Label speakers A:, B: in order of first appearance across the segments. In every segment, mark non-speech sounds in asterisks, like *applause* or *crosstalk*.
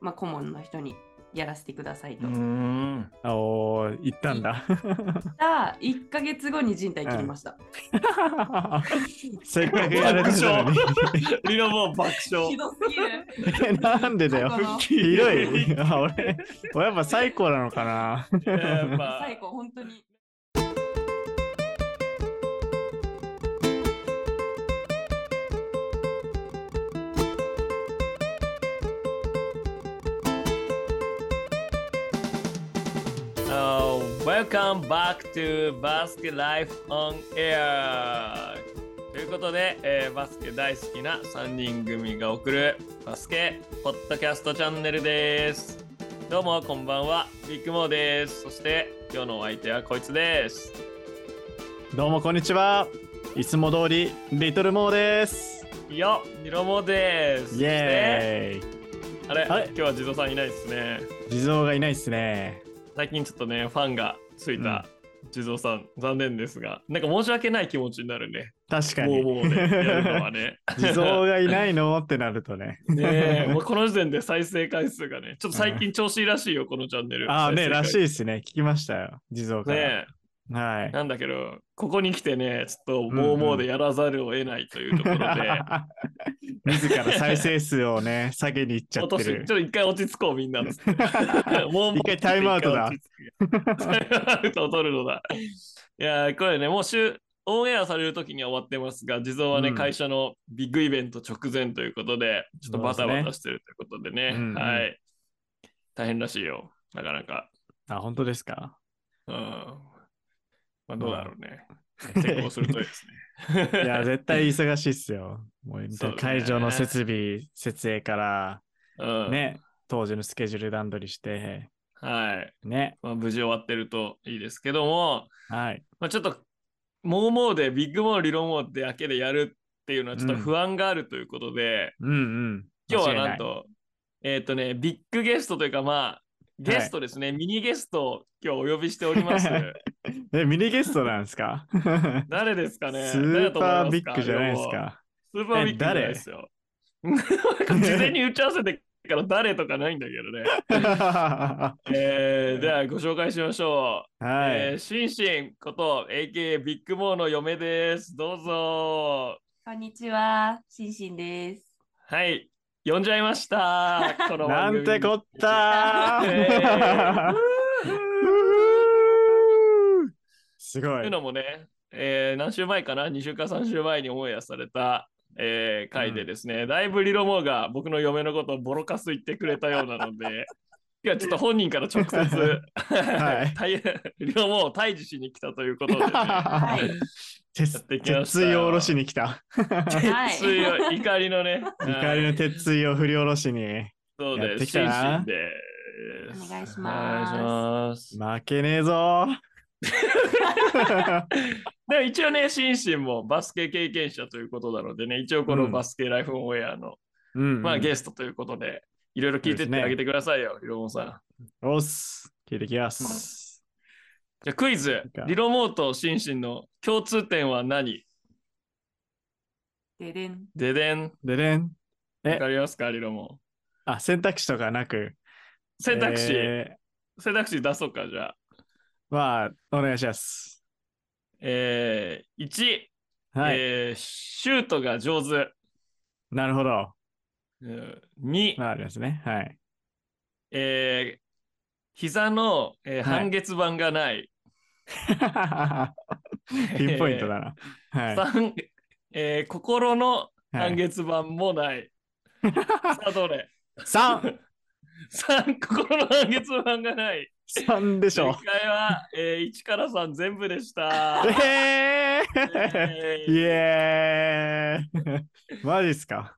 A: まあ、顧問の人にやらせてくださいと。
B: ん。
C: おー行ったんだ。
A: た1ヶ月後に人体切りました。
C: *laughs* せっかくやれてたのに。
B: リノもう爆
A: ひ
B: 笑。
A: どすぎる。
C: え *laughs* なんでだよ
A: 過。去の
C: ひどい。あ俺、俺やっぱ最高なのかな。
B: やっぱ
A: *laughs* 最後、本当に。
B: Uh, welcome back to Basket Life on Air! ということで、えーバスケ大好きな3人組が送るバスケポッドキャストチャンネルです。どうもこんばんは、ビッグモーです。そして今日のお相手はこいつです。
C: どうもこんにちは。いつも通り、リトルモーです。
B: よ、ニロモーです。
C: イエーイ。
B: そしてあれ、
C: はい
B: 今日は地蔵さんいないですね。
C: 地蔵がいないっすね。
B: 最近ちょっとね、ファンがついた地蔵さん、残念ですが、なんか申し訳ない気持ちになるね。
C: 確か
B: もう
C: に。
B: もうね、やるのはね。
C: *laughs* 地蔵がいないのってなるとね。 *laughs*
B: ね *laughs* え、もうこの時点で再生回数がね、ちょっと最近調子いいらしいよ、このチャンネル。
C: ああね、らしい
B: い。
C: ですね。聞きましたよ。地蔵から。
B: ね
C: は
B: え、
C: い。
B: なんだけど、ここに来てね、ちょっともうもうでやらざるを得ないというところで、
C: *laughs* 自ら再生数をね、下げに行っちゃ
B: 落
C: っ *laughs*
B: と
C: て
B: し、ちょっ
C: る。
B: と一回落ち着こう、みん
C: *laughs*
B: な。もうもう
C: 一回タイムアウトだ。
B: タイムアウトを取るの
C: *laughs*
B: だ。いやー、これね、もう週、オンエアされる時には終わってますが、地蔵はね、
C: うん
B: 会社のビッグイベント直前ということで、ちょっとバタバタしてるということでね、
C: そうですねうんうん
B: はい。大変らしいよ、なかなか。
C: あ、本当ですか
B: うん。まあ、どうだろうね。成功するといいですね。
C: *laughs* いや、絶対忙しいっすよ。もう
B: そうだね
C: 会場の設備、設営から、
B: *laughs* うん、
C: ね、当時のスケジュール段取りして、
B: はい。
C: ね、
B: まあ、無事終わってるといいですけども、
C: はい。
B: まあ、ちょっと、もうもうで、ビッグモー、理論モーだけでやるっていうのはちょっと不安があるということで、
C: うんうん。
B: 今日は
C: 間違い
B: なんと、えっ、とね、ビッグゲストというか、まあ、ゲストですね、ミニゲストを今日お呼びしており
C: *laughs*
B: ます。
C: い。え、ミニゲストなんですかスー
B: 誰ですかね誰だと思います
C: パービッグじゃないですか。
B: スーパービッグじゃないですよ。 *laughs* 事前に打ち合わせてから誰とかないんだけどね。
C: は *laughs*
B: えー、ではご紹介しましょう。えー
C: い。
B: シンシンこと AKA ビッグモーの嫁です。どうぞ。
A: こんにちは、しんしんです。
B: はい、呼んじゃいま
C: *laughs*
B: した。この
C: な
B: 番組
C: ん
B: に
C: てこった
B: えー
C: ー *laughs* す
B: と
C: ご
B: いう
C: い。
B: のもね、えー何週前かな、2週か3週前にオンエアされた、えー回でですね、だいぶリロモーが僕の嫁のことをボロカス言ってくれたようなので、 *laughs* いや、ちょっと本人から直接、
C: い
B: *laughs* 対リロモーを退治しに来たということで、
C: *laughs*
B: ね、
A: はい。
C: 鉄
B: やってきましたよ
C: 鉄槌を下ろしに来た。
A: はい
B: ついよ怒りのね、
C: 怒りの鉄槌を振り下ろしに。
B: そう
C: やっ
B: で
C: て
B: す。
C: き
B: 心
C: たな
B: 身です。
A: お願いし
B: お願いし
A: ま
B: ます。
C: 負けねえぞー
B: でも一応ね、シンシンもバスケ経験者ということなのでね、一応このバスケライフオンエアの、
C: うんうん
B: まあゲストということで、いろいろ聞いてってあげてくださいよ、リロモーさん。
C: おっす。聞いてきます。
B: じゃあクイズ
C: いい、か
B: リロモーとシンシンの共通点は何
A: す。ででん。
B: ででん。
C: ででん。え
B: わかりますか、リロモ
C: あ、選択肢とかなく。
B: ー。選択肢、
C: え
B: 選択肢出そうか、じゃあ。
C: ーまあ、お願いします。
B: えー、1、
C: はい。
B: えーシュートが上手。
C: なるほど。
B: うん2、
C: まあ、ありますね。
B: *laughs*
C: はい。
B: えー膝の、えー
C: はい
B: 半月板がない。
C: ピンポイントだな。はい。
B: 三えー心の
C: は
B: 半
C: い、
B: 月板も
C: *laughs*
B: ない。さあ、どれ
C: 3!
B: 三心の半月板がない。
C: 3でし
B: 正 *laughs*
C: ょ。
B: 解は、えー、1から3全部で
C: *laughs*
B: した。
C: えー
B: え
C: イ
B: ー
C: エーイマジっすか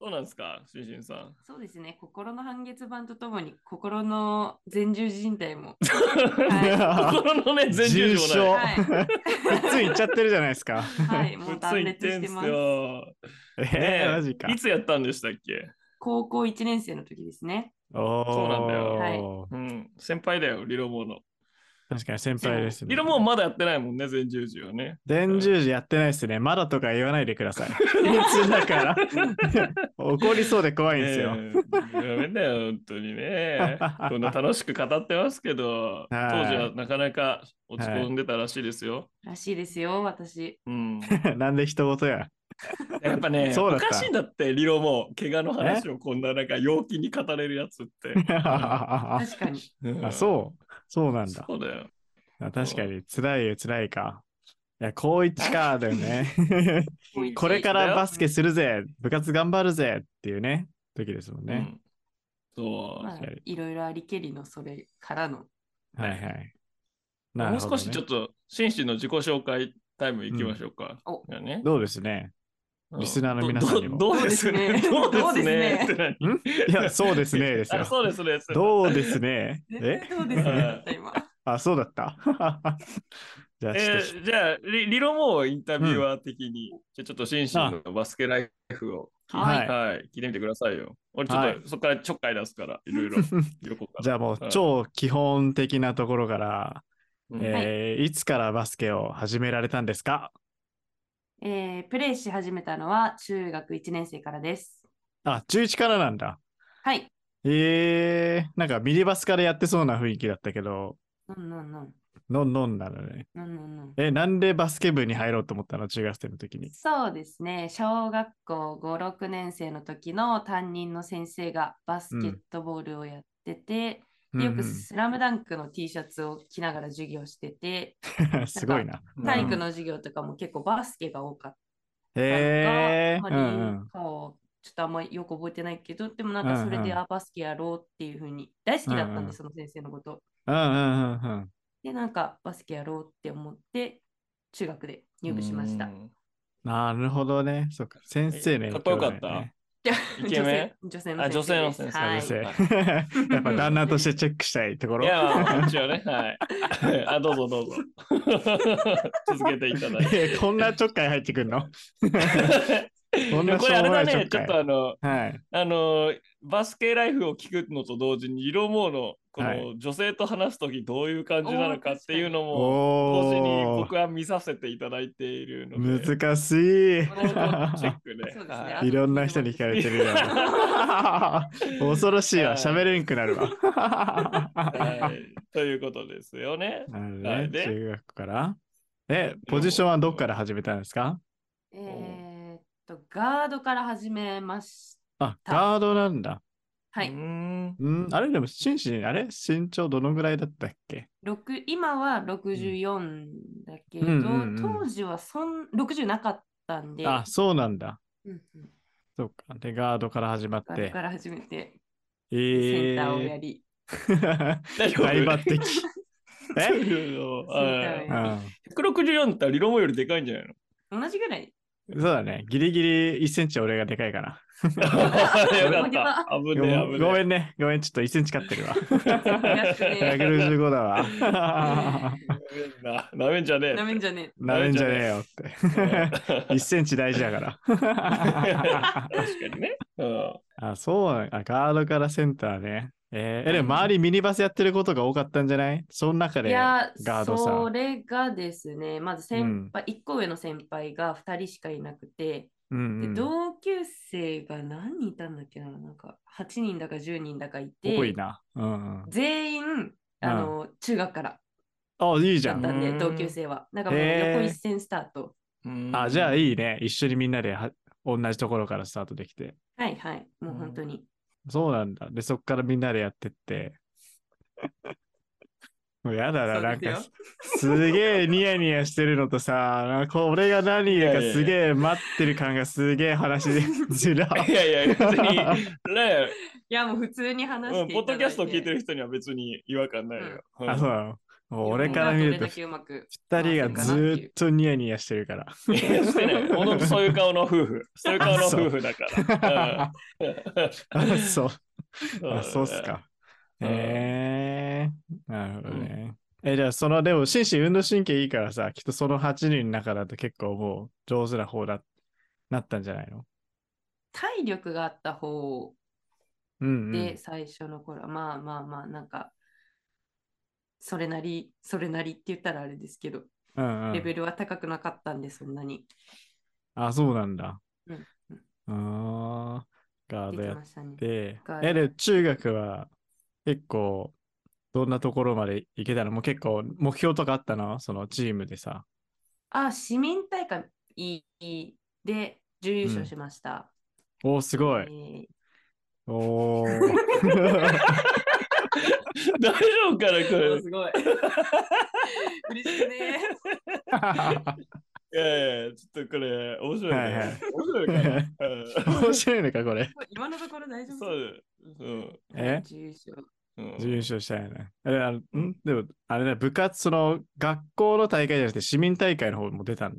B: そうなんですか、しんしんさん。
A: そうですね、心の半月板とともに、心の前十字靭帯
C: *laughs*
A: も。
C: は
B: 心のね、全重症もない。
A: ない
C: 重症 *laughs* 普通いっちゃってるじゃないですか。 *laughs*
A: はい、もう
B: 普通
A: 断
B: 言っ
A: 裂
B: て
A: し
B: ん
A: て
B: す
A: ます。
B: よ。
C: え
B: ね
C: ー、マジか。
B: いつやったんでしたっけ
A: 高校1年生の時ですね。
C: おー
B: そうなんだよ
A: はい
B: うん、先輩だよ、リロモの。
C: 確かに先輩ですね
B: ヒ。ロもまだやってないもんね、全十字はね。
C: 前十字やってないですね。まだとか言わないでください。別だから。怒りそうで怖いんですよ。
B: ねえダメだよ、本当に
C: *laughs*
B: ね。こんな楽しく語ってますけど、当時
C: はい
B: はなかなか落ち込んでたらしいですよ。
A: らしいですよ、私。
C: *laughs*
B: うん、
C: なんで人事
B: *laughs*
C: や。
B: やっぱね、
C: そうだ
B: お
C: った
B: かしいんだって、リロも、怪我の話をこんななんか陽気に語れるやつって。
C: *laughs* あ、
A: 確かに。
B: うん
C: そう。そうなんだ。
B: そうだよ。
C: 確かに、辛いよ、辛いか。いや、高一か、だよね。 *laughs*
B: *laughs*
C: これからバスケするぜ、部活頑張るぜっていうね、時ですもん
B: う
C: ね。
B: んそう、
A: まあ
C: 確かに、
A: いろいろありけりのそれからの。
C: はいはい。な
B: も
C: る
B: う
C: ほどね
B: 少しちょっと、紳士の自己紹介タイムいきましょうか。
A: うんお
B: じゃあね
C: どうですね。
B: うん
C: リスナーの皆さんにも
B: どどうですね。
A: ど
B: ど
A: う
B: う
A: ですねど
B: ですね。
A: うですね
B: って何
C: ん *laughs* いや、そうですね、で
B: *laughs*
C: す
B: あ
C: よ。
B: そうですね。
C: どうです
B: *laughs*
C: ね。
A: 全
C: え
A: 然 *laughs* そうですね、だった今。
C: あ、そうだった。 *laughs* じゃ
B: え
C: あ、ちょっと、
B: ーじゃあリ、リロもインタビュアー的に、じゃあちょっと紳士のバスケライフを、
C: はい
B: 聞いてみてくださいよ。俺ちょっと、
C: はい
B: そこからちょっかい出すから、いろい
C: *laughs*
B: ろ横から。
C: じゃあもう
B: はい
C: 超基本的なところから、
B: うん
C: えーいつからバスケを始められたんですか
A: えープレイし始めたのは中学1年生からです。
C: あ、11からなんだ。
A: はい。
C: えー、なんかミリバスからやってそうな雰囲気だったけど、
A: うんうんうん。
C: のんのんなのね。
A: うんうんうん。
C: え、なんでバスケ部に入ろうと思ったの中学生の時に。
A: そうですね。小学校5、6年生の時の担任の先生がバスケットボールをやってて、でよ
C: うん
A: く
C: うん
A: スラムダンクの T シャツを着ながら授業してて、
C: *laughs* すごいな。
A: 体育の授業とかも結構バスケが多かっ
C: え
A: た
C: ー、
A: の
C: う
A: が、
C: んう
A: あま
C: ん
A: り顔ちょっとあんまりよく覚えてないけど、でもなんかそれ
C: うんう
A: で、
C: ん
A: あ、バスケやろうっていうふうに、大好きだったん
C: うんう
A: で
C: ん
A: す、その先生のこと。
C: うんうんうんうん。
A: で、なんかバスケやろうって思って、中学で入部しました
B: う。ん
C: なるほどね。そっか。先生ね。
B: かっこよかった
A: *laughs*
B: イケメ
A: 女性女
B: あ女
A: 性
B: 性
A: の
B: の
A: 先生で
B: 先
A: す。
B: 生
A: は
C: 女
A: い
C: 性。 *laughs* やっぱ旦那としてチェックしたいところ。
B: いや、一応ね、はい。あ、どうぞどうぞ。 *laughs* 続けていただいて。
C: え *laughs* こんなちょっかい入ってくるのこんな
B: これあれだ
C: しょうもない
B: ね、
C: ち
B: ち
C: ょ
B: ょ
C: っかい
B: っとあの、
C: はい。
B: あの、バスケライフを聞くのと同時に、色もの、こ
C: は
B: の女性と話すときどういう感じなのかっていうのも、同時に
C: おお
B: 僕は見させていただいているので、
C: 難しい。
A: これも
B: *laughs* チェックで。
A: そうですね
B: はい
A: あ
C: いろんな人に聞かれてるよ。
B: *laughs*
C: 恐ろしいわ。喋れんくなるわ。
B: は
C: はい
B: ということですよね。
C: いなるほど
B: は
C: ね
B: いで
C: 中学校から。え、ポジションはどっから始めたんですか
A: えーっと、ガードから始めまし
C: あ、
A: た
C: ガードなんだ。
A: た。は
B: うー
A: い。
B: ん
C: うん、あれでも、紳士、あれ身長どのぐらいだったっけ
A: 六今は64だけど、
C: うんうんうん
A: 当時はそん60なかったんで、
C: あ、そうなんだ。
A: うんうん
C: そうか。で、ガードから始まっ
A: ガード
C: て。
A: から始めて、セ
C: え
A: ンターをや
C: ー、
A: り、
B: 大丈夫
C: *laughs* 大抜擢。え
B: はい
C: うん
B: ?164 ってリロモよりでかいんじゃないの
A: 同じぐらい。
C: そうだね。ギリギリ1センチ俺がでかいから。
B: よかった。危ねえ、
C: ご
B: 危
C: ご
B: ね
C: めんね。ごめん。ちょっと1センチ勝ってるわ。
A: ね
C: 165
B: *laughs*
C: だわ。
B: え。なめんじゃね
A: なめんじゃね
C: なめんじゃねえよって。
B: え。
C: 1センチ大事だ
B: *laughs*
C: から。
B: 確かにね。うん
C: あ、そうなんあ、ガードからセンターね。えーえでも周りミニバスやってることが多かったんじゃないその中
A: え。い
C: で。
A: や、
C: ガードさん
A: それがですね、まず先輩、一1個上の先輩が2人しかいなくて、
C: うんう
A: で
C: ん、
A: 同級生が何人いたんだっけななんか8人だか10人だかいて
C: 多いな。うんうん。
A: 全員あの、中学から
C: あ、いいじ
A: だ
C: ゃ
A: っ
C: ん。
A: たんで
B: うん
A: 同級生はなんかもう
C: へー
A: 横一線スタート、
B: うん
C: あ、じゃあいいね。一緒にみんなでは同じところからスタートできて。
A: はいはいもう本当に、
C: そうなんだ。で、そっからみんなでやってって。 *laughs* もうやだな、
A: そ
C: な
A: うんですよ
C: か、すげえニヤニヤしてるのとさ、なんか俺が何やか
B: いやいやいや
C: すげえ待ってる感がすげえ話で *laughs* ずら。
B: いやいや、別に、ねえ、
A: いやもう普通に話
B: う
A: し
B: ん
A: て
B: ポッドキャスト聞いて
A: る
B: る人には別に違和感ないよ。うん
C: あ、そうなの。もう俺から見ると、
A: うまく
C: 二人がずーっとニヤニヤしてるか
B: いやしてない。ほとんどそういう顔の夫婦。そういう顔の夫婦だから
C: ら。。 *laughs* あ、そう。
B: うん
C: あ、そうっす。か。
B: うん
C: えー、なるほどね。え、じゃあ、その、でも、心身運動神経いいからさ、きっとその8人の中だと結構もう上手な方だ、なったんじゃないの
A: 体力があった方
C: うん、うん。
A: で最初の頃、まあまあまあなんかそれなり、それなりって言ったらあれですけど、
C: うんう
A: レ
C: ん。
A: ベルは高くなかったんで、そんなに。
C: あ、そうなんだ。
A: うんうん
C: あーガー
A: で
C: ド
A: き
C: や
A: ましたね
C: っ。て
A: ガー、ド
C: え、で、中学は結構、どんなところまで行けたのもう結構目標とかあったのそのチームでさ。
A: あ、市民大会で準優勝しました。
C: おー、すご
A: え
C: い。
A: ー
C: おー。 *laughs*
B: 大丈夫かなこ
A: お
B: れ
A: ー。すごい。嬉しいね。
B: いやいや、ちょっとこれ、面白いね。
C: はいはい
B: 面白いかな。うん
C: 面白いのか、これ。
A: 今のところ大丈夫
B: そう、うん。
C: え
A: 準優勝。
B: うん
C: 準優勝したよね。あれ、あのんでも、あれね、部活、その、学校の大会じゃなくて、市民大会の方も出たん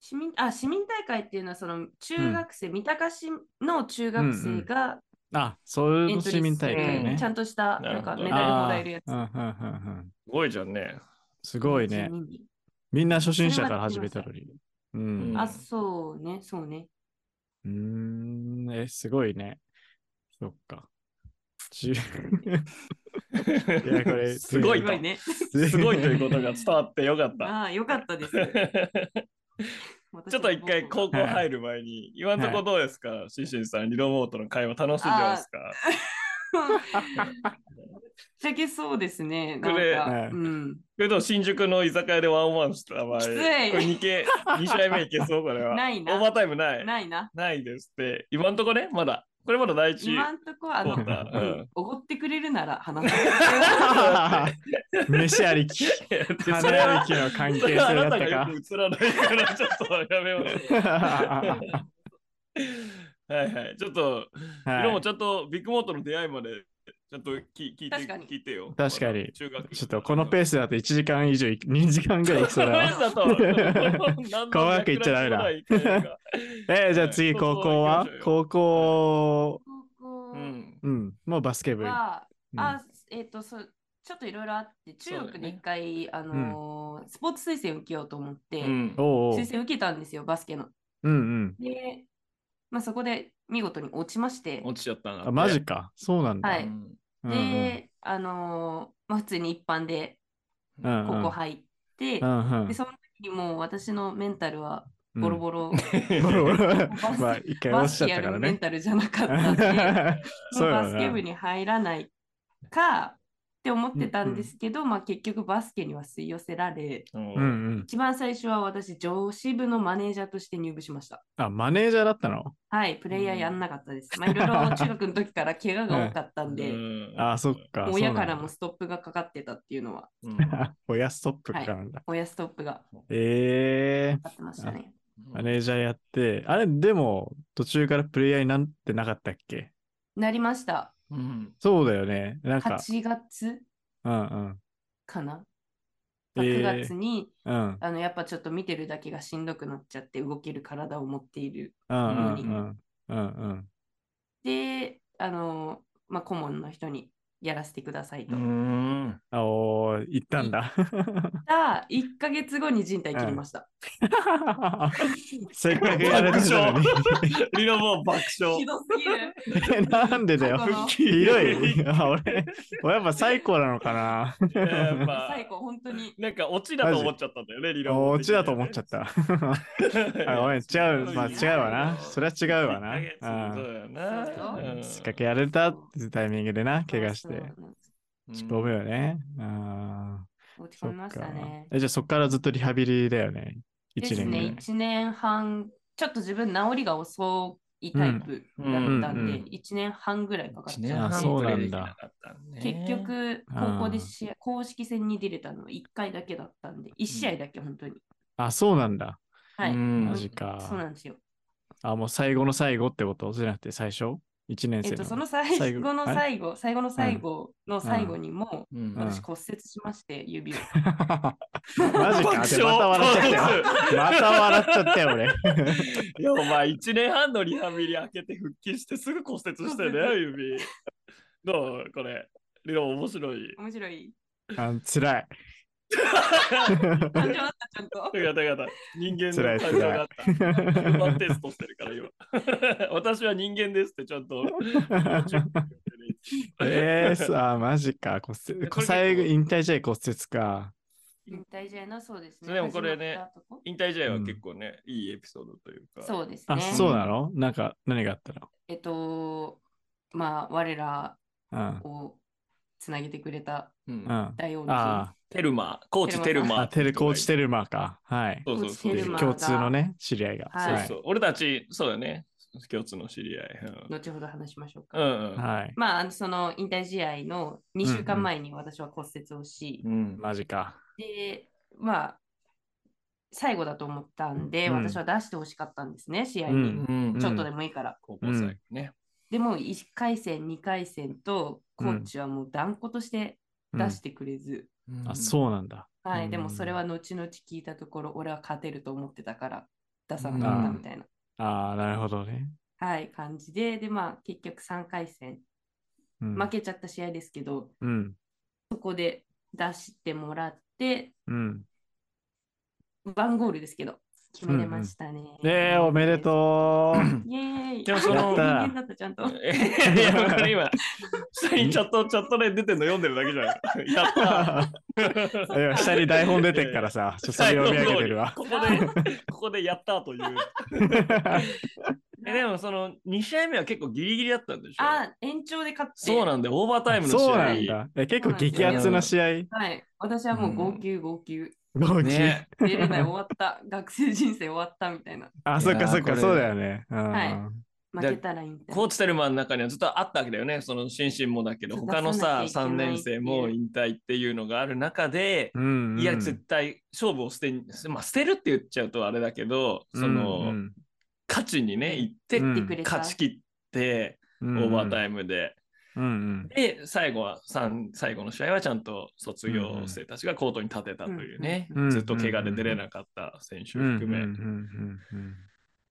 A: 市民あ市民大会っていうのはその中学生、三鷹市の中学生が
C: あ、そう
A: エ
C: い
A: ン
C: う
A: トリー
C: 市民大会
A: して
C: ね。
A: ちゃんとした
B: な
A: な
B: るほ
A: ん
B: ど
A: かメダルも
C: あ
A: ら
C: ー
A: えるやつ。
C: うんうんうんうん
B: すごいじゃんね。
C: すごいね
A: 地。味に
C: みんな初心者から始めたのに。う。
B: うん
A: あ、そうね、そうね。
C: うーん、え、すごいね。そっか。ちやこ
B: *laughs*
C: れ
B: すごい
A: すごいね。
B: *laughs* すごいということが伝わってよかった。
A: ああ、よかったです。
B: *laughs* ちょっと一回高校入る前に、今んとこどうですかシンシンさん、リロモートの会話楽しんでますか
A: ぶっちゃけそうですね。
B: こ
A: なん
B: れ
A: か
C: ね、
A: うん。
B: それとも新宿の居酒屋でワンワンした場合、
A: きつい
B: これ2系、
C: *laughs*
B: 二試合目いけそうこれは。
A: ないな
B: オーバータイムない。ない
A: ないな。
B: ですって。今んとこね、まだ。これまだ第一。
A: 今んとこは、あの、
B: そう
A: う
B: だうん
A: んおご、ってくれるなら話す。
C: *laughs* *laughs* 飯ありき、
B: いやでそれは
C: 金ありきの関係
B: そ
C: 性
B: れはあ
C: だ
B: な
C: ったた
B: がよ
C: か
B: く。映らないから、ちょっとやめよ
C: *laughs*
B: う。はいはい。ちょっと、
C: *laughs* はい
B: でもちゃんとビッグモートの出会いまでちゃんとき聞いて
A: 確かに
B: 聞いてよ。
C: 確かに
B: まだ中学
C: ちょっとこのペースだと1時間以上い、2時間ぐらいいきそうだ
B: このペース
C: な。
B: だと
C: *laughs*
B: 何の
C: 高学行っちゃダメだ
B: 脈絡もない
C: *laughs*
B: から
C: えじゃあ次、
B: はい
C: 高校は
B: 高
C: 高校、
A: 高校
B: うん。
C: うん、もうバスケ部。
A: は、
C: うん
A: あ、えっ、と、そう、ちょっといろいろあって、
B: そうだ
A: 中
B: よね
A: 学で一回、あのースポーツ推薦受けようと思って、
B: うん
C: おうおう
A: 推。薦受けたんですよ、バスケの。
C: うんうん。
A: で、まあ、そこで見事に落ちまして、
B: 落ちちゃったなって。
C: あ、マジか。そうなんだ。
A: は
B: う
A: い
B: ん
C: うんうん、
A: で、あのーまあ、普通に一般で
B: *laughs*
C: うんうん
A: 高校入って、
C: うんうん
A: で、その時にもう私のメンタルはボロボロ、
C: ボロボロ。
A: バス
C: *laughs* まあ、一回
A: バ
C: 落ち
A: ス
C: ちゃ
A: ケ
C: っ
A: や
C: たか
A: る
C: ら
A: メン
C: ね。
A: タルじゃなかったんで、
C: *laughs* そう
A: バ
C: よ
A: スケ部
C: な。
A: に入らないかって思ってたんですけど、まあ、結局バスケには吸い寄せられ、
B: うん
C: うんうん。
A: 一番最初は私、女子部のマネージャーとして入部しました。
C: あ、マネージャーだったの
A: はい、プレイヤーやんなかったです。まあ、いろいろ中学の時から怪我が多かったん
C: *laughs*
A: で、
B: うん
C: あ、そっか。
A: もう
C: そ
A: 親
C: うな
A: か
C: んだ
A: らもストップがかかってたっていうのは、
C: *laughs*
B: うん
C: 親ストップかなんだ。
A: 親ストップが
C: ええ
A: かかってましたね。
C: マネージャーやって、あれ、でも、途中からプレイヤーになんてなかったっけ
A: なりました。
B: うん
C: そうだよね。なんか、
A: 8月
C: うんうん。
A: かな
C: えー
A: ?9 月に、
C: うん、
A: あのやっぱちょっと見てるだけがしんどくなっちゃって動ける体を持っている。
C: うん、うん、
A: う
C: うんん、うん、うん。
A: で、あの、まあ、顧問の人にやらせてくださいと。
B: うん
C: あおー、行ったんだ。
A: た1ヶ月後に人体切りました。
C: *laughs* せっかくやれてたのに。
B: リロもう爆
A: ひ *laughs*
B: 笑。
A: どすぎ
C: *laughs*
A: る。
C: え、 *laughs* なんでだよ。
A: 過去の
C: ひどい。あ俺、俺やっぱ最高なのかな。
B: やっぱ
A: 最後、本当に。
B: なんかオチだと思っちゃったんだよね、リロも。
C: オチだと思っちゃった。あごめん、違
B: *laughs*
C: う、まあ違うわな。それは違うわな。
B: 一ヶ月そうだよな
A: そう
C: う
A: だ
C: ん
B: うん
C: せっかくやれたってタイミングでな、怪我し
A: そう
C: て。
A: なんです
C: ごめんよね。あ
A: 落
C: ー
A: ち
C: そ
A: 込
C: っ
A: みました
C: か
A: ね。
C: えじゃあそっからずっとリハビリだよね。
A: です
C: 1年ぐら
A: ね
C: い。、
A: 1年半、ちょっと自分、治りが遅いタイプだった
C: うん
A: ん
C: うん
A: で、1年半ぐらいかかっ
B: 一
A: ち
B: 年
A: ゃ
B: 半
A: っ
C: あ
A: て。
C: そうなんだ
A: 結局、高校で試合公式戦に出れたのは1回だけだったんで、1試合だけ本当に。
C: あ、そうなんだ。
A: はい。
B: マ
C: マジか。
A: そうなんですよ。
C: あ、もう最後の最後ってことじゃなくて最初 ?1 年
A: え
C: 生
A: っと、その *laughs*
C: の。
A: 最
C: 最後
A: 後の
C: あれ
A: 最後、最後の最後の最後にも、
B: うん
C: うん
A: 私骨折しまして、指を。
C: *laughs*
A: *laughs*
C: マジか。でまた笑っちゃっ
B: *laughs*
C: たよ。また笑っちゃったよ、俺。
B: いやお前1年半のリハビリ開けて復帰してすぐ骨折したよね指どうこれリロ面白い
A: 面白い。
C: あ辛い。
A: 感情あった、ちゃん
B: *laughs*
A: と。
B: よかったよかった人間
C: 辛
B: の
C: い
B: 感情があったヒューマ *laughs* ンテストしてるから今私は人間ですってちゃんと
C: *laughs* えー、さあ、マジか。骨
B: これ
C: 折。最後、引退試合骨折か。
A: 引退試合のそうですね。
B: でもこれね
A: 始まったとこ
B: 引退試合は結構ね、いいエピソードというか。
A: そうです
C: あ、
A: ね。
C: そうなのなんか、何があった
A: えっと、まあ、我ら
C: の
A: をつなげてくれた
B: うん
C: うん。うん。あ
A: 大王
C: あ
B: テルマ、コーチテ
A: テ
B: ル
A: ル
B: マ。
C: ー、テル、コーチテルマか。はい。
B: そうそうそう
A: コーチ
C: で
A: テルマ
C: 共通のね、知り合いが。
A: はい
B: そうそう。俺たち、そうだね。共通の知り合い。
A: 後ほど話しましょうか。
B: うん。うんうん。
C: はい。
A: まああの、その引退試合の2週間前に私は骨折をし、
B: うん
C: マジか。
A: で、まあ、最後だと思ったんで、
C: うん
A: 私は出してほしかったんですね、試合
C: う
A: に。
C: ん
B: うん
A: ちょっとでもいいから。
B: 高校生ね。
A: でも、1回戦、2回戦と、コーチはもう断固として
C: うん
A: 出してくれず、
C: あ、そうなんだ。
A: は
C: うん
A: い、でもそれは後々聞いたところ、俺は勝てると思ってたから出さなかったみたいな、
C: ああ、なるほどね。
A: はい、感じで、で、まあ結局3回戦、
C: うん
A: 負けちゃった試合ですけど、
C: うん。
A: そこで出してもらって、
C: うん。
A: ワンゴールですけど、決めれましたね。
C: ねえ、おめでとう。
A: う。イエーイ。
B: でもその
A: 人間だった、ちゃんと。
B: えいや、これ今、下にチャット、チャットで出てんの読んでるだけじゃん。やった
C: いや下に台本出てっからさ、ちょっとそれを読み上げてるわ。
B: ここで、 *laughs* ここでやったという。え、でもその2試合目は結構ギリギリだったんでしょ
A: あ、延長で勝って。
B: そうなんだよ、オーバータイムの試合。
C: そうなんだ。え結構激アツな試合。
A: はい。私はもう号泣、号泣。
C: 同期
B: ね。
C: *laughs*
A: 出れない、終わった。学生人生終わったみたいな。
C: あ、そ
B: い
C: っ
B: や
C: か
B: ー
C: そっ
B: こ
C: か、
B: れ
C: そうだよね。うん
A: はい負
B: じゃあ
A: けたらいいんだ。
B: コーチテルマンの中にはずっとあったわけだよね。その心身もだけど、
A: そう
B: 他のさ、
A: 出さなきゃ
B: 3
A: いけない
B: 年生も引退っていうのがある中で、
C: うんうん
B: いや、絶対勝負を捨てに、まあ、捨てるって言っちゃうとあれだけど、その、
C: うん
B: 勝ちにね、行って、
C: うん
A: 言ってくれた。
B: 勝ち切って、
C: う
B: オ
C: ん
B: ーバー
C: イ
B: タイムで。
C: ム。うん
B: で、最後は、三最後の試合はちゃんと卒業生たちがコートに立てたというね、
C: うんうん
B: ずっと怪我で出れなかった選手
C: うんうん
B: 含め、
C: うんうんうん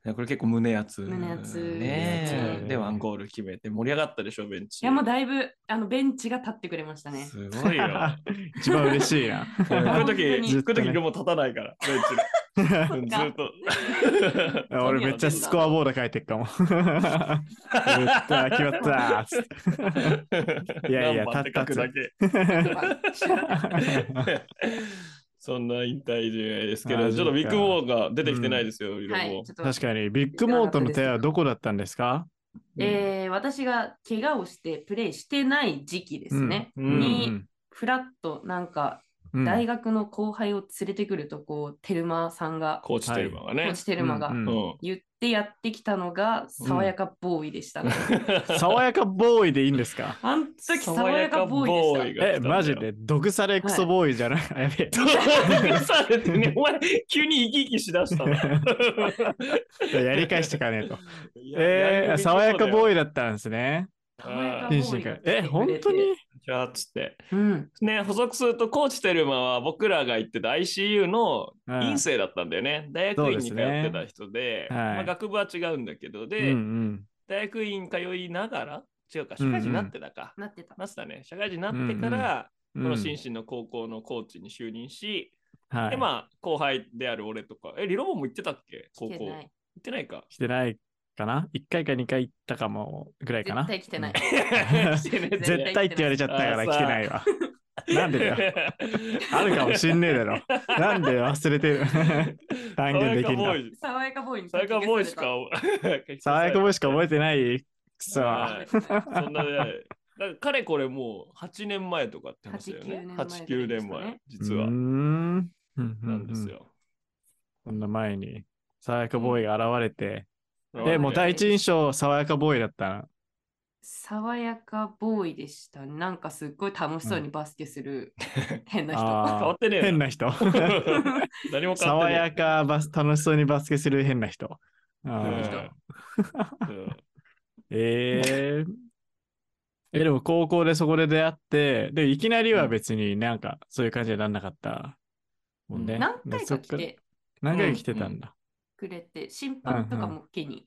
B: いやこれ結構胸熱。
A: 胸熱
B: ね
C: 胸熱
B: で、ワンゴール決めて盛り上がったでしょ、ベンチ。
A: いやもうだいぶあのベンチが立ってくれました
C: *laughs*
A: ね。
B: すごいよ。
A: *laughs*
C: 一番嬉しい
B: *laughs*
C: な。
B: こうい
A: 本
B: う時、
A: 当に
B: こういう時もう立たないから、ベンチで。
A: *laughs* そっ
B: ず
A: か
B: っと。
C: *laughs* 俺めっちゃスコアボード書いてっかも。 *laughs* 打った、決まったつっ
B: *laughs*
C: て。いやいや
B: 何番って書くだ
A: *laughs*
B: け。 *laughs* そんな引退試合ですけ
C: マ
B: ど、
C: ジ
B: ち
C: か
B: ょっとビッグボーが出てきてないですよ、いろ
A: はい
B: ろ
A: い、ちょっと
C: 確かに、ビッグモートの手はどこだったんですか
A: えー私が怪我をしてプレイしてない時期ですね。
B: うんうん
A: に、フラッとなんか
C: うん
A: 大学の後輩を連れてくるとこう、テルマさんが、
B: コーチテルマが
A: コ
B: ね
A: ー。チテルマが
C: うん
B: うん
A: 言ってやってきたのが、爽やかボーイでしたね。
C: *laughs* 爽やかボーイでいいんですか
A: あの時爽やかボーイでし
C: え、マジで毒されクソボーイじゃない、やべ
B: どうされてね、お前、急に生き生きしだ
C: *laughs*
B: したな。
C: え。やり返してかねえと。えー、爽やかボーイだったんですね。
A: た。爽やかボー
C: 天心
A: イ
C: から
A: が。
C: え、本当に
B: じゃあ、つって。
A: うん。
B: ね、補足すると、コーチテルマは僕らが行ってた ICU の
C: うん
B: 院生だったんだよね。大学院に通ってた人で、
C: そうですねはい
B: まあ、学部は違うんだけど、
C: う
B: で、
C: ん
B: 大学院通いながら、違うか、社会人になってたか。
A: なってた。
B: なってたね。社会人になってから、
C: うん。
B: この心身の高校のコーチに就任し、
C: うんはい、
B: で、まあ、後輩である俺とか、え、リロボンも行ってたっけ高
A: 来
B: 校。
A: てない。
B: 行ってないか。
C: してないかな ?1 回か2回行ったかもぐらいかな
A: 絶対来てない。
B: *laughs* してね
C: *laughs* 絶対って言われちゃったから来てないわ。なんでだ
B: *laughs*
C: よ。あるかもしんねえだろ。なんで忘れて *laughs* る断言でき
B: 爽やか
C: ん
B: ボ
C: だ
B: ー。イ
A: *laughs* 爽やかボーイに
B: 爽やかボーイしか。 *laughs*
C: 爽やかボーイしか
B: え
C: 覚えてないくそ。
B: はいそんなね、だから彼これもう8年前とかって話だよね。8、
A: 8
B: 9
A: 9
B: 年
A: 年
B: 前、
A: 前
B: 実は
C: うー。ん。な
B: なんです。よ。
C: こんな前に、爽やかボーイが現れて、
A: うん
C: で、もう
A: だ
C: 第一印象、爽やかボーイだったな。
A: 爽やかボーイでした。なんかすっごい楽しそうにバスケす
C: *laughs*
A: る変な人。
C: あ
B: *laughs*
C: ー
B: 変わってねえな
C: 変な
B: *laughs*
C: 人。
B: 何も変わっ
C: 爽
B: てない
C: や。かバス、楽しそうにバスケする変な人。
B: う
C: あ
B: ん
C: ー
B: うん
C: えーえ、でも高校でそこで出会って、で、いきなりは別になんかそういう感じになんなかったもんね。
A: 何回か
C: そっ
A: 来て
C: 何回か来てたんだ。
A: くれて、審判とかも受けに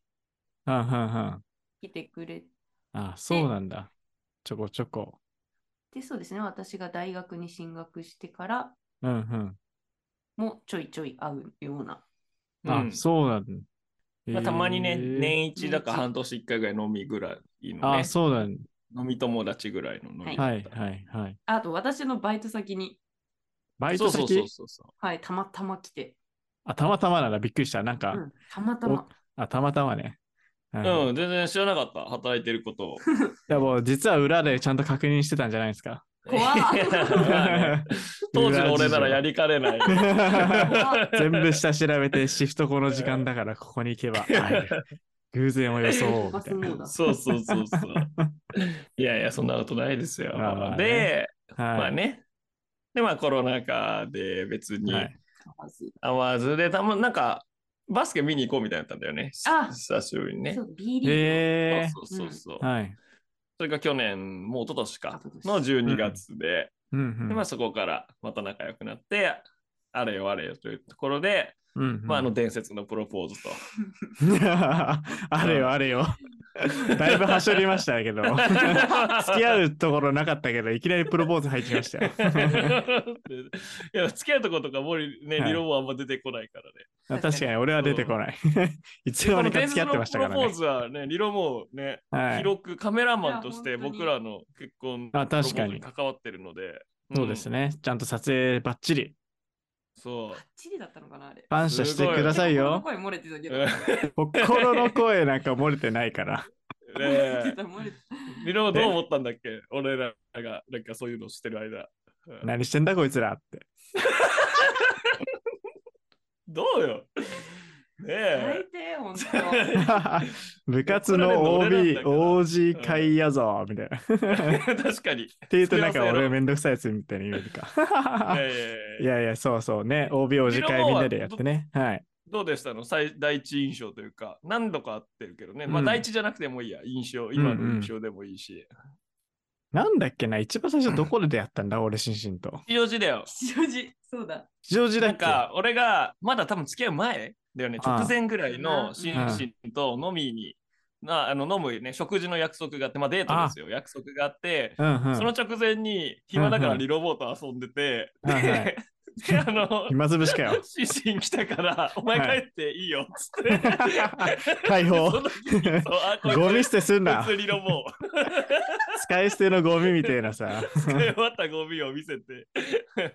C: うんうんうん。
A: 来てくれ
C: あ、そうなんだ。ちょこちょこ。
A: て、そうですね、私が大学に進学してから
C: うんうん。
A: もちょいちょい会うような。
C: あ、
B: うん
C: そうなんだ。
B: まあたまにね、
C: えー
B: 年一だか半年一回ぐらい飲みぐらいの
C: あ、
B: ね。
C: そうなんだ。
B: 飲み友達ぐらいの飲み方。
C: はいはいはい。
A: あと私のバイト先に、
C: バイ
B: そう
C: ト
B: そう
C: 先
B: そうそうそう。
A: はい、たまたま来て、
C: あ、たまたまならびっくりした。なんか、
A: うん、たまたま。
C: あ、たまたまね。うん
B: うん、全然知らなかった、働いてること *laughs* を。
C: いやもう実は裏でちゃんと確認してたんじゃないですか。
A: 怖っ
B: まあね当時の俺ならやりかねない。
C: *laughs* 全部下調べてシフトこの時間だからここに行
B: *laughs*
C: けば、はい偶然 *laughs* を装おうみたいな。
B: そうそうそうそう。いやいや、そんなことないですよ。
C: まあまあね
B: で、ま
C: は
B: あ
C: い。
B: ね。で、まあコロナ禍で別に
C: はい
A: まず
B: 会わずで、たまなんかバスケ見に行こうみたいになったんだよね。
A: あ
B: 久しぶりにね
A: そ。う、B リーグ
C: へえ
B: そうそうそうそう。
C: はい。
B: それが去年、もう一昨年か
A: 一昨年
B: の12月で、
C: うんう
B: で
C: ん
B: まあ、そこからまた仲良くなって、あれよあれよというところで、
C: うんうん
B: まあ、あの伝説のプロポーズと。
C: *laughs* あれよあ
B: *laughs*
C: れよ。だいぶはしょりましたけど。 *laughs* *laughs* 付き合うところなかったけど、いきなりプロポーズ入ってきましたよ。
B: *laughs* いや付き合うとことかもうね、
C: はい
B: 理論はあんま出てこないから
C: *laughs*
B: ね。
C: 確かに俺は出てこない。いつの間にか付き合ってましたから
B: この伝
C: ね。
B: 説のプロポーズはね、理論もね、
C: はい。
B: 広くカメラマンとして
A: いや本当に
B: 僕らの結婚
C: あ確かに
B: プロポーズ関わってるので。
C: そうです
B: ね。
C: ね。ちゃんと撮影ばっちり。
B: そ
A: バッチリだったのかな、あれ。
C: 感謝してくださいよ。
A: 心の声漏れてたけ
B: う。
A: ど。
B: ね
C: 心の声なんか漏れてないから。 *laughs*
A: 漏れ
B: え
A: てた漏れてた
B: 理論どう思ったんだっけ俺らがなんかそういうのしてる間。うん
C: 何してんだこいつら
B: *laughs*
C: って。
B: どうよね
A: 最
B: え。
A: 低、ほんと。
C: 部活の
B: これでど
C: OB
B: れなんだ、から
C: OG 会やぞ、みたいな。 *laughs* っ
B: *laughs* 確かに。い
C: て言うとなん
B: 付き合わせ
C: か
B: ろ
C: 俺めんどくさいやつみたいに言うか。
B: やいやい
C: い
B: や
C: やいや、そうそうね。OB、OG 会みんなでやってね。はい。
B: どうでしたの最第一印象というか、何度か会ってるけどね。まあ、
C: うん
B: 第一じゃなくてもいいや。印象、今の印象でもいいし。
C: なんだっけな、一番最初どこで出会ったんだ、俺、シンシンと。
B: 吉祥寺だよ。
A: 吉祥寺、そうだ。
C: 吉祥寺だ
B: なん
C: っけ
B: か、俺がまだ多分付き合う前だよね。
C: ああ
B: 直前ぐらいのシ
C: うん
B: ンシンと飲みに、なあの飲むね、食事の約束があって、まあデートですよ。約束があって、
C: うんうん。
B: その直前に暇だか
C: うん
B: ら
C: うん
B: リロボート遊んでて、
C: はいはい
B: で、 *laughs* であの、
C: 暇つぶしか
B: *laughs*
C: よ。
B: シンシン来たから、お前
C: はい
B: 帰っていいよ、つって。
C: 解放
B: その時にそうあこいつ
C: ゴミ捨てすんな
B: こい。つリロ
C: *laughs*
B: ボー。
C: 使い捨てのゴミみたいなさ。
B: 使い終わったゴミを見せて。
A: 覚え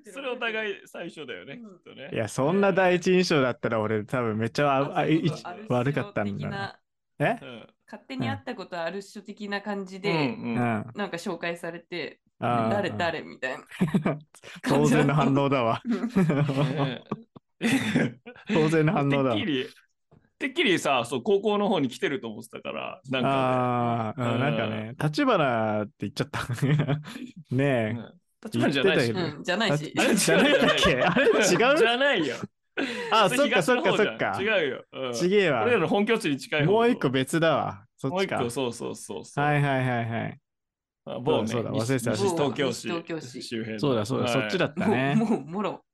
A: てる
B: それお互
A: い。
B: い最初だよね、きっとね。
C: いや、そんな第一印象だったら俺多分めっちゃ
A: あ
C: ああい
B: あ
C: 悪かったんだな。
A: な。
C: え
B: うん。
A: 勝手に会ったことある種的な感じ
B: う
A: で、
B: んう
C: うんん。あ
A: なんか紹介されて、
C: ー
A: 誰誰みたいな。
C: 当然の反応だわ。
B: ね
C: 当然の反応
B: *laughs*
C: だわ
B: てっきり、てっきりさ、そう、高校の方に来てると思ってたから、なんか
C: ああ、
B: う
C: うんんなんかね、立花って言っちゃった。 *laughs*
B: ね、
C: ね
B: うん立場じゃないし
C: 言ってたよ
A: うん、じゃな
C: え。
A: い
C: あ
A: し。
C: れじゃないんだっ
B: *laughs*
C: けあれ
B: じ
C: 違う
B: ゃないよ。
C: あ、
B: れ
C: そ
B: 東
C: っか
B: の
C: そっか
B: 方
C: そ
B: じゃん
C: っか。
B: 違うよ。うん
C: ちげえわ
B: 俺。らの本拠地に近い方
C: もう一個別だわ。そ
B: もう
C: っち
B: 一
C: か。
B: 個、そうそうそうそう。
C: はいはいはいはい。
B: あ某ね、
C: そうだそうだ忘れてた
B: 西
A: そう
B: 東京市
A: 西東京市
B: 周辺の
C: そうだそうだ、
B: はい
C: そっちだった
A: もう、
C: ね。
A: もう、もろ。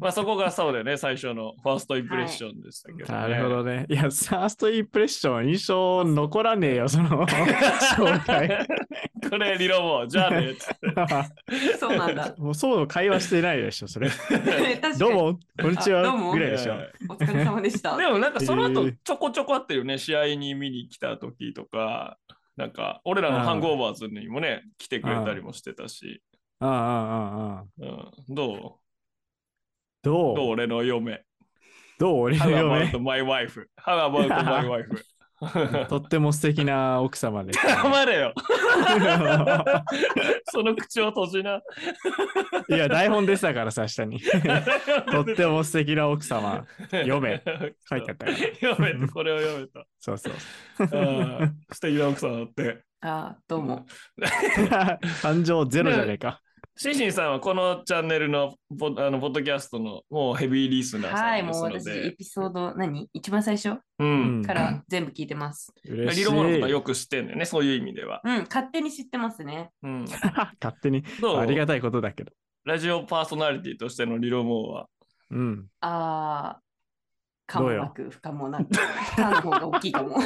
B: まあそこがそうだよね、最初のファーストインプレッションでした *laughs* けど、ね
C: なるほどね。いや、ファーストインプレッション、印象残らねえよ、その紹介。 *laughs*
B: これ、理論も、じゃあね。つって
A: そうなんだ。
C: もうそう会話してないでしょ、それ。
A: 確かに。
C: どうも、こんにち
A: あどう
C: は、
A: も
C: ぐらいでしょ。
A: お疲れ様でした。
B: でもなんかその
C: へ
B: 後
C: え
B: ちょこちょこあってるよね、試合に見に来た時とか、なんか俺らのハンゴーバーズにもね、来てくれたりもしてたし、
C: ああ、ああ、ああ。
B: うん、どう
C: どう
B: どう俺の嫁。
C: どう俺
B: How
C: の
B: about
C: *laughs* 嫁
B: my wife? How about my
C: *laughs*
B: wife?
C: とっても素敵な奥様で。
B: 黙れよ *laughs* その口を閉じな。
C: *laughs* いや、台本でしたからさ、下に。とっても素敵な奥様。
B: *laughs*
C: 読め。書いてあったから。
B: 読めって、これを読めた。
C: そうそう。
B: うん素敵な奥さんだって。
A: あー、どうも。
C: 感情ゼロじゃねえか。
B: シンシンさんはこのチャンネルのポあのポッドキャストのもうヘビーリスナー
A: は
B: さ
A: い、
B: んで
A: も
B: す
A: う
B: ので、
A: 私、エピソード何一番最初
B: う。
C: うん
A: から全部聞いてます。
C: 嬉し
B: リ
C: い。
B: ロモのことはよく知ってんだよね、そういう意味では。
A: うん、勝手に知ってますね。
B: うん、
C: *laughs* 勝手に。
B: どう
C: ありがたいことだけど。
B: ラジオパーソナリティとしてのリロモは。
C: うん。
A: あー、か
C: ど
A: も
C: うよ
A: なく、不可もなく。かの方が大きいかも。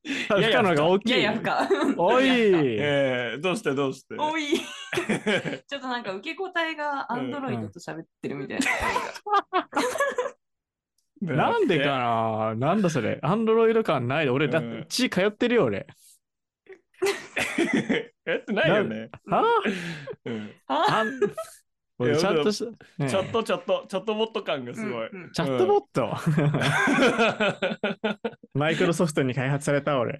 C: 負
B: やいや
C: 荷のが大
A: い
C: き
A: *laughs*
C: い。
A: やいや、不可。
C: おい
A: いや
B: えー、どうしてどうして *laughs*
A: 不可おい。ちょっとなんか受け答えがアンドロイドと喋ってるみたいな。
C: なんでかななんだそれ。アンドロイド感ないで。俺、だっ
B: うん
C: て、血通ってるよ、俺。
B: やってないよね。
C: は
B: うん
C: *laughs* あ
B: *laughs*
C: あん俺、ちゃんとし、ね
B: チャットチャット、チャットボット感がすごい。
A: うんうん
C: チャットボット。マイクロソフトに開発された、俺。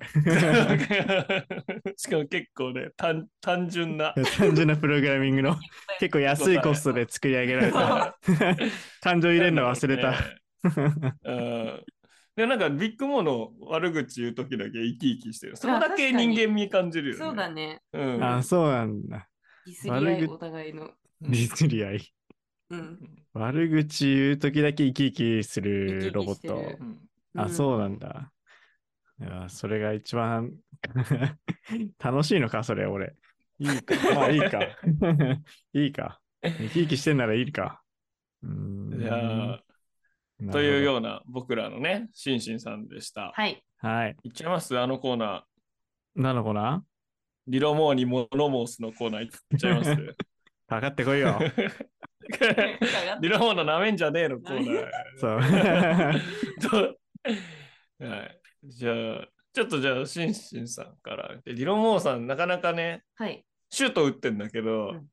B: *laughs*
C: *laughs*
B: しかも結構ね、単単純な。
C: 単純なプログラミングの、
A: *laughs*
C: *laughs* 結構安いコストで作り上げら
B: *laughs*
C: れた。感情入れるの忘れた。
B: た。うんでもなんかビッグモーの悪口言うときだけ生き生きしてる。それだけ人間味感じるよね。
A: そうだね。
B: うん。
C: あ、そうなんだ。
A: ディスり合
C: 悪
A: い
C: 口
A: お互いの。
B: うん
C: ディズリアイ。
A: うん。
C: 悪口言うときだけ生き生きするロボッ
A: 生き生きしてる。
C: ト
B: うん
C: あ、そうなんだ。いや、それが一番 *laughs* 楽しいのか、それ、俺。いいか。 *laughs* まあ、いいか。いいか。生き生きしてんならいいか。うーん
B: いやー
C: なるほど
B: というような僕らのね、シンシンさんでした。
A: はい。
C: はい。
B: いっちゃいますあのコーナー。
C: なのかな
B: リロモーニモノモースのコーナーいっちゃい
C: *laughs*
B: ます。
C: かかってこ
B: *laughs*
C: いよ。
B: リロモーのなめんじゃねえのコー
C: そう。 *laughs*
B: ナーと。はい。じゃあ、ちょっとじゃあ、シンシンさんから。でリロモーさん、なかなかね、
A: はい。
B: シュート打ってんだけど、
A: うん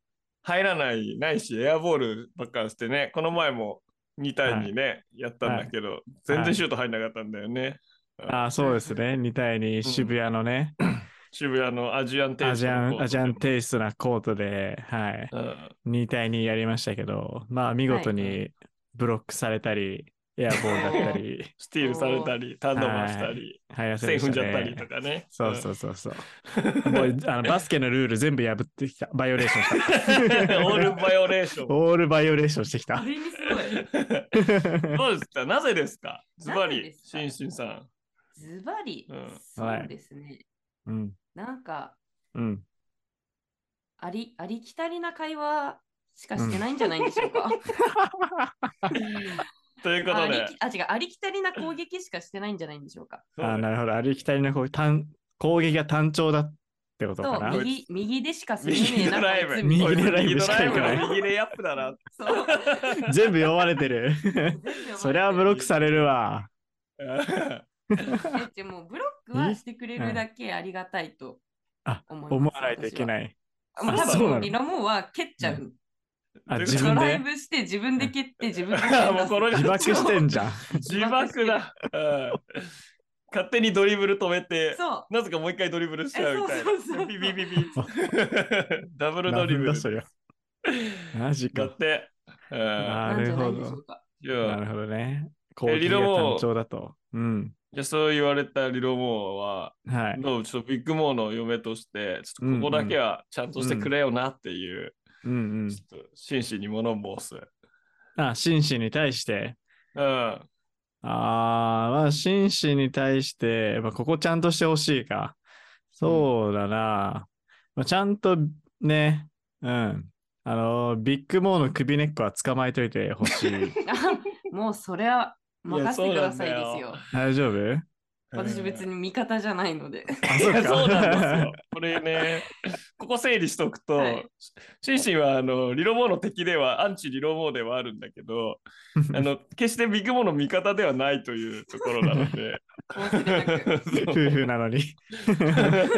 B: 入らない、ないし、エアボールばっかしてね、この前も2対2ね、やったんだけど、全然シュート入んなかったんだよね。
C: あ、そうですね。2対2、渋谷のね、
B: 渋谷のアジアンテイ
C: ア
B: ス
C: ジ
B: ト
C: ア
B: のコート
C: ン、アジアンテイストなコートで、はい。
B: うん
C: 2対2やりましたけど、まあ見事にブロックされたり、エアボールだっ
B: *laughs*
C: たり、
B: スティールされたり、ターンオーバーしたり、
C: 早やせ
B: セー
C: でし
B: フ
C: た
B: 踏
C: ね
B: んじゃったりとかね。
C: そうそうそうそう。もうあのバスケのルール全部破ってきた。バイオレーション
B: オ
C: した。
B: ールバイ *laughs* オレーション。
C: *laughs* オールバイオレーションしてき
A: そ
C: た。
A: れにすごい。
B: *laughs* どうですかなぜですかズバ
A: なぜで
B: リ、
A: すか
B: シンシンさん。
A: ズバリ
B: うん。
A: そうですね。
C: うん。
A: なんか、
C: うん。
A: あり、ありきたりな会話しかしてないんじゃないでしょうか。
B: というこ
A: あ
B: と
A: り
B: で、
A: きあ、違う、ありきたりな攻撃しかしてないんじゃないんでしょうか。
C: あなるほど。ありきたりな攻撃単攻撃が単調だってことか
A: と
C: な。
A: 右、右でしか進めね
B: 右
A: えな
B: ドライ
A: こい
B: ブ、
A: つみ
C: 右
A: たいな
C: ドライブ
B: 右
C: しか行
B: 右
C: け
B: ド
C: な
B: ラ
C: い
B: イブ右レイアップだ
C: *laughs*
B: な。
A: そう
C: 全部読まれて *laughs* る。それはブロックされるわ。
A: だってもうブロックはしてくれるだけありがたいと
C: あ
A: 思います。
C: 思わないといけ
A: い。
C: ない。
A: もう
B: あ
A: 多
B: そう
C: なの
A: 分リノモは蹴っちゃう。
C: あ、
B: どういうこと
C: 自
A: ド
C: 分
A: ライ
C: *laughs* で
A: ブして自分で蹴って自分で蹴
B: あもうこの
A: 出す
C: 自爆してんじゃん。
B: 自爆だ。うん勝手にドリブル止め
C: *laughs*
B: て、
A: そう。
B: なぜかもう一回ドリブルしちゃうみたい
A: えそうそうそ
B: な。
A: う
B: ビビビビ。ダブルド
C: な
B: リ
C: ん
B: ブル
C: だ。そりゃ。マジ
B: だ
C: か
B: っ。て、うん
C: あ
A: なんじゃない
C: な
A: でし
C: るほ
A: ょ
C: ど
A: うか。
B: じゃ
C: な
B: あ
C: るほどね。攻
B: リ
C: 撃が
B: ロも
C: 単調だと。うん。
B: じゃあそう言われたリロモアは、
C: はい。
B: どうちょっとビッグモーの嫁として、ちょっとここだけはちゃんとしてくれよなっていう、
C: うん
B: ちょっと真摯に物申す。
C: うん。あ、紳士に対して、
B: うん。
C: ああ、まあ、紳士に対して、やっぱここちゃんとしてほしいか。そうだな。まあ、ちゃんとね、うん。あの、ビッグモーの首根っこは捕まえといてほし
A: *laughs*
C: い。
A: あもうそれは任せてくださいですよ。
B: いやそうなんだよ
C: 大丈夫
A: *laughs* 私別
B: に。
A: に味方じゃないの
C: *laughs*
A: で。
C: あ、
B: そ
C: そううか。
B: そうなんですよ。 *laughs* これね、ここ整理しとくと、
A: はい
B: シンシンはあのリロモーの敵では、アンチリロモーではあるんだけ
C: *laughs*
B: ど、あの決してビッグモーの味方ではないというところなの
C: *laughs*
B: で。 *laughs*
A: 忘れなく。
C: 夫婦なのに *laughs*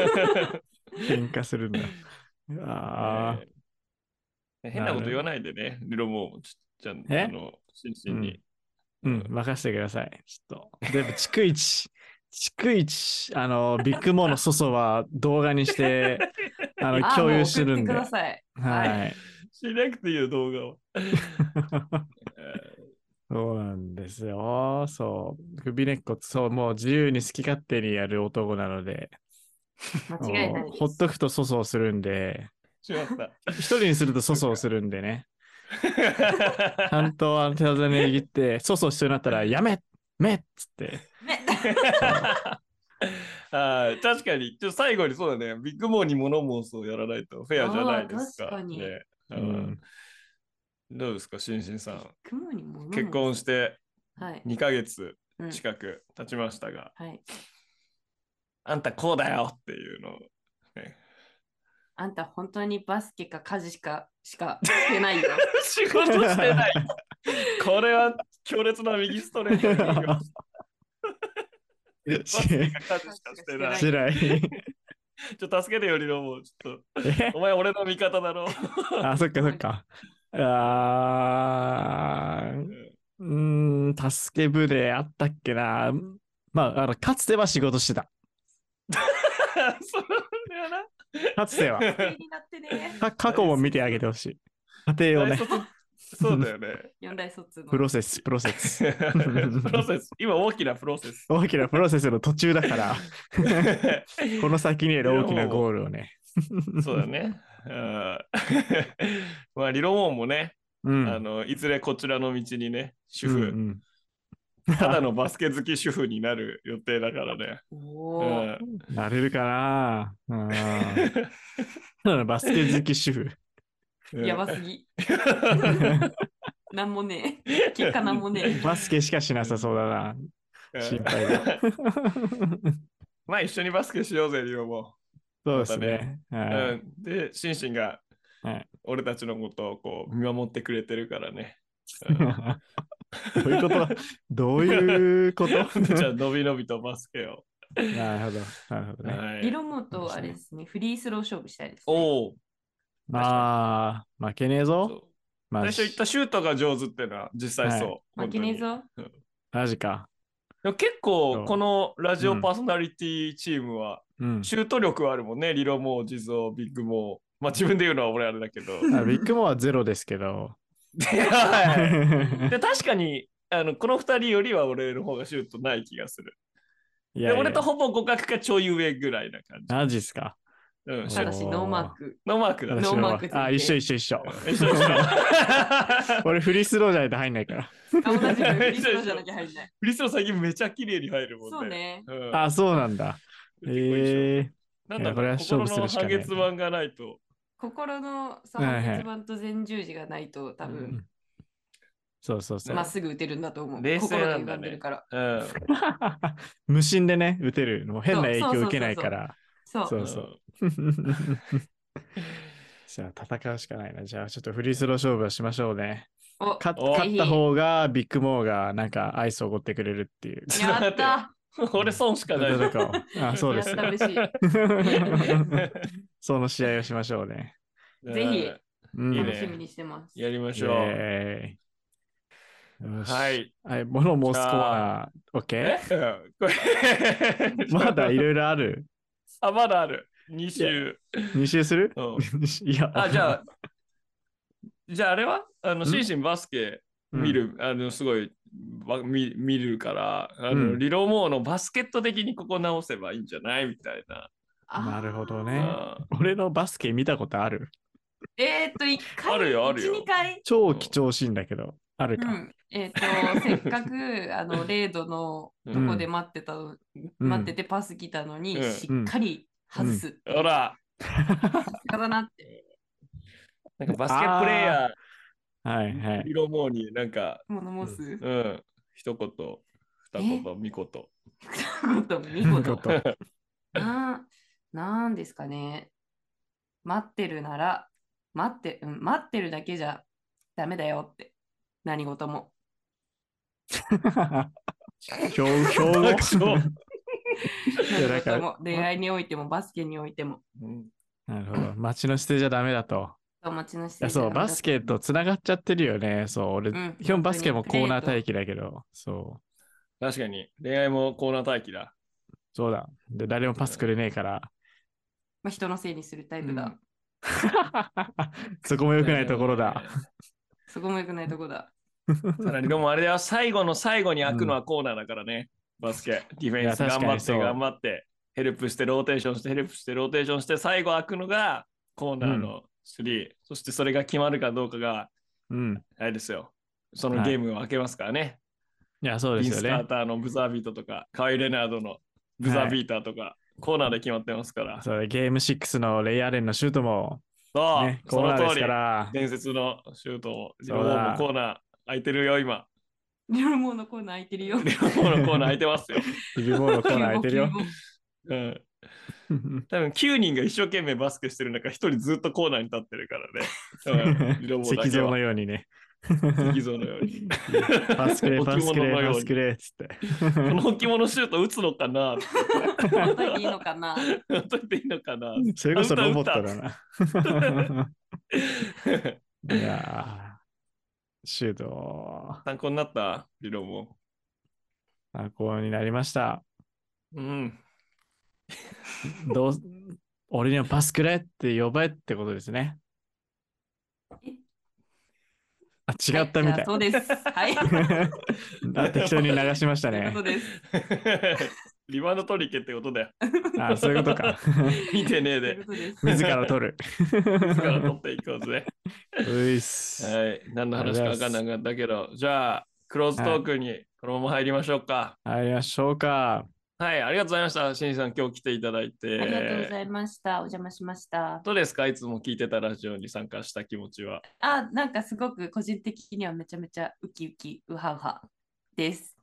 C: 喧嘩するんだ。ああ、
B: ね変なこと言わないでね、リロモーもちょっとじゃ
C: え
B: あ、あの、真摯に。
C: うん、任せてください。ちょっと。でも、逐一、逐一、あの、ビッグモーの粗相は動画にして、あの、
A: *laughs* あ
C: 共有するんで。
A: もう送ってくだ
C: は
A: さい。
C: い。
B: しなくていいよ、動画を。
C: そうなんですよ。そう。首根っこ、そう、もう自由に好き勝手にやる男なので、
A: 間違いない
C: も
A: で
C: う
A: す。
C: ほっとくと粗相するんで、
B: しま
C: *laughs*
B: った。
C: 一人にすると粗相するんでね。
A: *laughs*
C: ちゃんとあの手技握って、そうそう必要になったら、やめめっつって。
A: *laughs* ね。
B: あー確かに、ちょっと最後にそうだね、ビッグモーにモノモースをやらないとフェアじゃないですか。
A: あー確かに
B: ねう
C: う
B: ん
C: ん、
B: どうですか、しんしんさん。
A: 雲にも
B: 結。婚して
A: はい。
B: 2ヶ月
A: うん
B: 近く経ちましたが、
A: はい。
B: あんたこうだよっていうのを。
A: あんた本当にバスケ
B: *laughs*
A: か家事しかしかしてないよ。
C: *laughs*
B: 仕事してない。これは強烈な右ストレート
C: *laughs*
B: に右をバスケが勝つしかしてない。
C: しない。
B: ちょっと助けてよ、りのもう。ちょっ
C: え
B: と、お前俺の味方だろ。 *laughs*
C: あ、そっかそっか。あーうーん、助け舟あったっけな。まあ、あの、かつては仕事してた。
B: それはな。
C: かつては。
A: 気になってね。
C: か過去も見てあげてほしい。家庭をね
B: 大、卒そうだよね。
C: *laughs*
A: 四大卒の。
C: プロセス、プロセス。
B: プロセス。今大きなプロセ
C: *laughs*
B: ス。
C: 大きなプロセスの途中だから、この先にある大きなゴールをね。
B: そうだね。あー *laughs* まあ、リロモンもね、
C: うん。
B: あの、いずれこちらの道にね、主
C: うんう
B: 婦、
C: ん
B: ただのバスケ好き主婦になる予定だからね。
A: お
B: う
A: ー
B: ん
C: なれるかなうん。ただバスケ好き
B: *laughs*
C: 主婦。
A: やばすぎ。なんもねえ。
B: 結
A: 結果なんもねえ。
C: バスケしかしなさそうだな。心配だ。
B: まあ、一緒にバスケしようぜ、リロモ
C: そうですね。
B: ン。
C: は
B: う
C: い
B: んで、シンシンが
C: はい、
B: 俺たちのことをこう、見守ってくれてるから
C: *laughs*
B: ね。うん
C: どういうことだどういうこと
B: じゃあ、伸び伸びとバスケを。
C: なるほど。なるほどね。
B: はい
A: 理論もとあれですね、フリースロー勝負したいです、ね。
B: おお。
C: まあ、負けねえぞ。
B: そう
C: ま
B: 最
C: あ
B: 初言ったシュートが上手っていうのは実際そう。
A: 負けねえぞ。
C: マジか。
B: 本当に。でも結
C: そう
B: 構このラジオパーソナリティチームは
C: うん。
B: シュート力はあるもんね。リロモー、ジゾー、ビッグモー。まあ自分で言うのは俺あれだけど。
C: あビッグモ *laughs* アはゼロですけど。
B: はいで確かにあのこの二人よりは俺の方がシュートない気がする。
C: い
B: で
C: やいや
B: 俺とほぼ互角かちょい上ぐらいな感じ。
C: マジっすか。
B: うん、シ
A: た
B: ャ
A: だし、ノーマーク。
B: ノーマークだね。
A: ノーマーク
C: 私はあ、一緒一緒一緒。
B: 一緒一緒
C: 俺フリースローじゃないと入んないから。
A: あ同じくフリースローじゃなきゃ入んない。
B: *laughs* フリスロー最近めちゃ綺麗に入るもんね。
A: そうね。
B: うん。
C: あ、そうなんだ。
B: 結構一緒
C: ええ
B: なんだ
C: いやこれは勝
B: 心
C: 負す
B: の
C: るしか
B: 半
C: ない
B: 月板がないと。
A: 心のその
C: はいはい
A: 鉄板と前十字がないと多分、
C: そうそうそう
A: ま。っすぐ打てるんだと思う。
B: 冷静な
A: 心
B: ん
A: が歪
B: だね
A: んでるから。
B: うん。
C: *laughs* 無心でね、打てる。もう変な影響受けないから。
A: そう。
C: そうそう。 *laughs* じゃあ戦うしかないな。じゃあちょっとフリースロー勝負をしましょうね。
A: お
C: 勝
B: お
C: 勝った方がビッグモーがなんかアイスをおごってくれるっていう。
A: やった
B: うん *laughs* 俺損しかない。
C: どうかをあそう
A: やっ
C: で
A: *laughs*
C: す *laughs*
A: た
C: よ。
A: べし。
C: その試合をしましょうね。
A: ぜひ
C: うん、
B: いい
A: 楽
B: ね
A: しみにしてます。
B: やりまし
C: イ
B: ょう。
C: エーイよし
B: は。い。
C: はい、モノモスコ
B: じ
C: ア、OK?
B: えうんこれ
C: *laughs*
B: *laughs*
C: まだいろいろある。
B: あ、まだある。2週。
C: 2周
B: *laughs*
C: する
B: うん
C: いや。
B: あ、じゃあ、じゃああれはあの、心身バスケ
C: うん、
B: 見る、あの、すごい、ば見見るから、あ
C: う
B: の、
C: ん
B: リロモーのバスケット的にここ直せばいいんじゃないみたいな。
A: あー
C: なるほどね
B: うん
C: 俺のバスケ見たことある
A: えーっと、1回、
B: あるよあるよ
A: 1、2回。
C: 超貴重シーンだけど、ある
A: う
C: か。
A: ん、えーっと、せっかく、あの、レードのとこで待ってたの、待っててパス来たのに、
B: うん
A: しっかり外す。
B: ほら、
A: さすがだなって。
B: なんかバスケプレイヤ
C: はい
B: ー、
C: はい。
B: リロモーになんか、
A: 物申す。
B: うん、一言、二言、三言。
A: こと見事
C: こ。と
A: ななんですかね。待ってるなら、待って、うん、待ってるだけじゃダメだよって。何事も。
B: *laughs*
C: 標標語
B: 爆笑
C: や
A: 何
C: だから
A: 事も。恋愛においても、バスケにおいても。
B: うん
C: *laughs* なるほど。街の捨てじゃダメだと。
A: お待ちの姿
C: いやそう、バスケとつながっちゃってるよね。そう、俺、
A: うん
C: 基本バスケもコーナー
A: 本当に
C: 待機だけど、そう。
B: 確かに、恋愛もコーナー待機だ。
C: そうだ。で、誰もパスくれねえから。
A: まあ、人のせいにするタイプだ。
B: うん
C: そこも良くないところだ。
A: そこも良くないとこだ。 *laughs*
B: うん。さらに、でもあれだよ、最後の最後に開くのはコーナーだからね、バスケ。ディフェンス
C: いや
B: 頑
C: 確
B: 張っ
C: かに
B: て、
C: そう
B: 頑張って、ヘルプして、ローテーションして、ヘルプして、ローテーションして、最後開くのがコーナーの3。そしてそれが決まるかどうかが、
C: うん。
B: あれですよ。そのゲームを開けますからね。
C: いや、そうで
B: ビン
C: す
B: ス・
C: よ
B: カー
C: ね。
B: ターのブザービートとか、カワイ・レナードのブザービーターとか、コーナーで決まってますから。そ
C: そうだゲーム6のレイアーレンのシュートも、
B: う、
C: ね、コ
B: そ
C: ーナ
B: の
C: ーです
B: 通り
C: か。ら。
B: 伝説のシュートも、自
C: そう
B: 分
C: だ
B: もうコーナー開いてるよ、今。 *laughs*
A: リョルモーのコーナー空いてるよ。
B: 両方のコーナー開いてますよ。
C: ビビボーのコーナー空いて
A: *laughs*
C: るよ。
B: うん。多分9人が一生懸命バスケしてる中、1人ずっとコーナーに立ってるからね。うん両方だ
C: *laughs* 石
B: け
C: 像の
B: は。
C: ようにね。
B: 激像のように。 *laughs*
C: パスクレ、
B: 置
C: パス
B: 物
C: ク
B: の
C: レ、
B: ように
C: パスクレ、つって。
B: この置物シュート打つのかな *laughs*
A: ほっといていいのか *laughs* な。
B: 打っといていいのかな
C: それこそ
B: あ
C: ロボッ
B: 歌
C: トだな。いやー、シュート、
B: *laughs* 参考になった理論も。
C: 参考になりました。
B: うん。 *laughs*
C: どう俺にはパスくれって呼べってことですね
A: え。
C: あ、違ったみ
A: はじゃ
C: たい
A: あ。そうです。はい。
C: *laughs* あ適当に流しました
A: という *laughs*
C: ね
A: こと。です。
B: リバウンド取り行けってことだよ。
C: あ、そういうことか。
B: 見てねえ
A: という
B: で
A: こ。とです。
C: 自ら取る。
B: 自ら取っていこうぜ。
C: *laughs* ういっす。
B: はい。何の話か分かんなかったけど、じゃあ、クローズトークにこのまま入りましょうか。
C: ありましょうか。
B: はい、ありがとうございました。しんさん、今日来ていただいて。
A: ありがとうございました。お邪魔しました。
B: どうですかいつも聞いてたラジオに参加した気持ちは。
A: あ、なんかすごく個人的にはめちゃめちゃウキウキ、ウハウハです。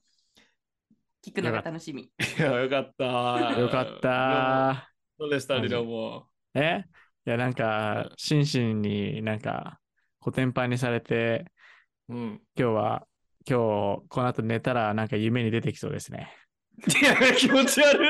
A: 聞くのが楽しみ。
B: いや、よかった。
C: よかっ
B: どうも。
C: た。
B: どうでした、
C: マジ
B: リロも。
C: えいや、なんか、心身になんか、コテンパンにされて、
B: うん。
C: 今日は、今日、この後寝たら、なんか夢に出てきそうですね。
B: いや、気持ち悪い。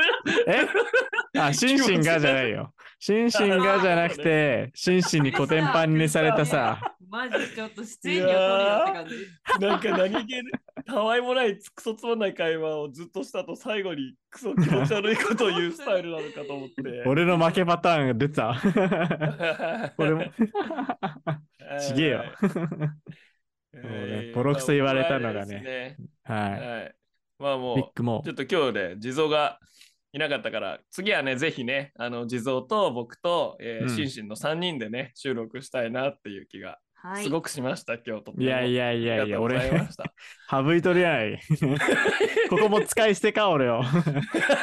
C: えあ、心身がじゃないよ。心身がじゃなくて、心身にコテンパンにされた
B: *laughs*
C: さ、
A: マジちょっと出演料取るよって感じ。
B: なんか何気ない、たわいもない、クソつまんない会話をずっとした後、最後にクソ気持ち悪いことを言うスタイルなのかと思 *laughs* って。
C: 俺の負けパターンが出
B: *laughs*
C: た。俺も。
B: はい
C: ちげ
B: *laughs*
C: えよ。うねボロクソ言われたのがね。
B: まあ
C: は
B: はい。まあも
C: い。
B: う
C: ビッ、グも
B: *laughs* ちょ。っと今日ね、地蔵がいなかったから、次はね、ぜひね、あの地蔵と僕と、えー
C: うん
B: シンシンの3人でね、収録したいなっていう気が
A: はい。
B: すごくしました、今日とっても。
C: いやいやい
B: あ
C: やい
B: り
C: や、
B: がとうござい
C: 俺
B: ま、した。
C: 省いとるや
B: *laughs*
C: ない。ここも使い捨てか、俺を。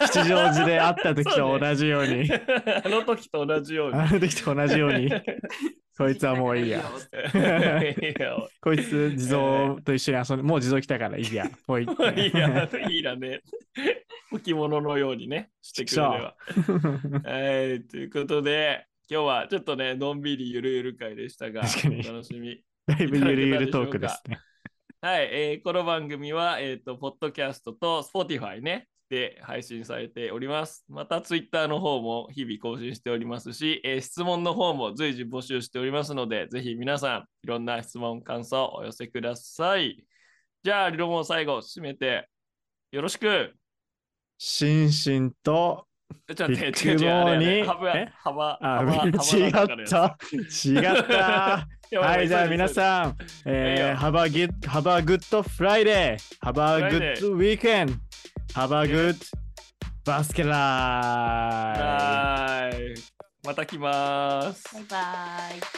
C: 吉祥寺で会った時と同じように。
B: *laughs* あの時と同じように。
C: あの時と同じ
B: *laughs*
C: ように。こいつはもういいや。
B: いや、
C: こいつ、地蔵と一緒に遊んで、もう地蔵来たからいいや。ぽ
B: *laughs*
C: い。
B: いや、いいだね。置物のようにね、してくれれば。はい、ということで、今日はちょっとね、のんびりゆるゆる会でしたが、
C: 確かに
B: お楽しみ。
C: *laughs* だいぶゆるゆるトークですね。
B: はい、えーこの番組は、えっ、と、ポッドキャストと Spotify ね、で配信されております。また Twitter の方も日々更新しておりますし、えー質問の方も随時募集しておりますので、ぜひ皆さん、いろんな質問、感想お寄せください。じゃあ、リロモン最後、締めて、よろしく
C: シンシンと、
B: ちょっと待って、
C: ビッグモーに
B: 違う違うあれあれ幅
C: え、 *laughs*
B: 幅、
C: あ、
B: 幅、
C: 違っ
B: 幅だから
C: た。違った。
B: やば
C: はい、じゃ
B: 急いで
C: あ皆さん、えー、Have a good, have a good Friday! Have a good weekend! Have a good basket
B: 急いで
C: life!
B: はーい。また来ます
A: バイ。バイ。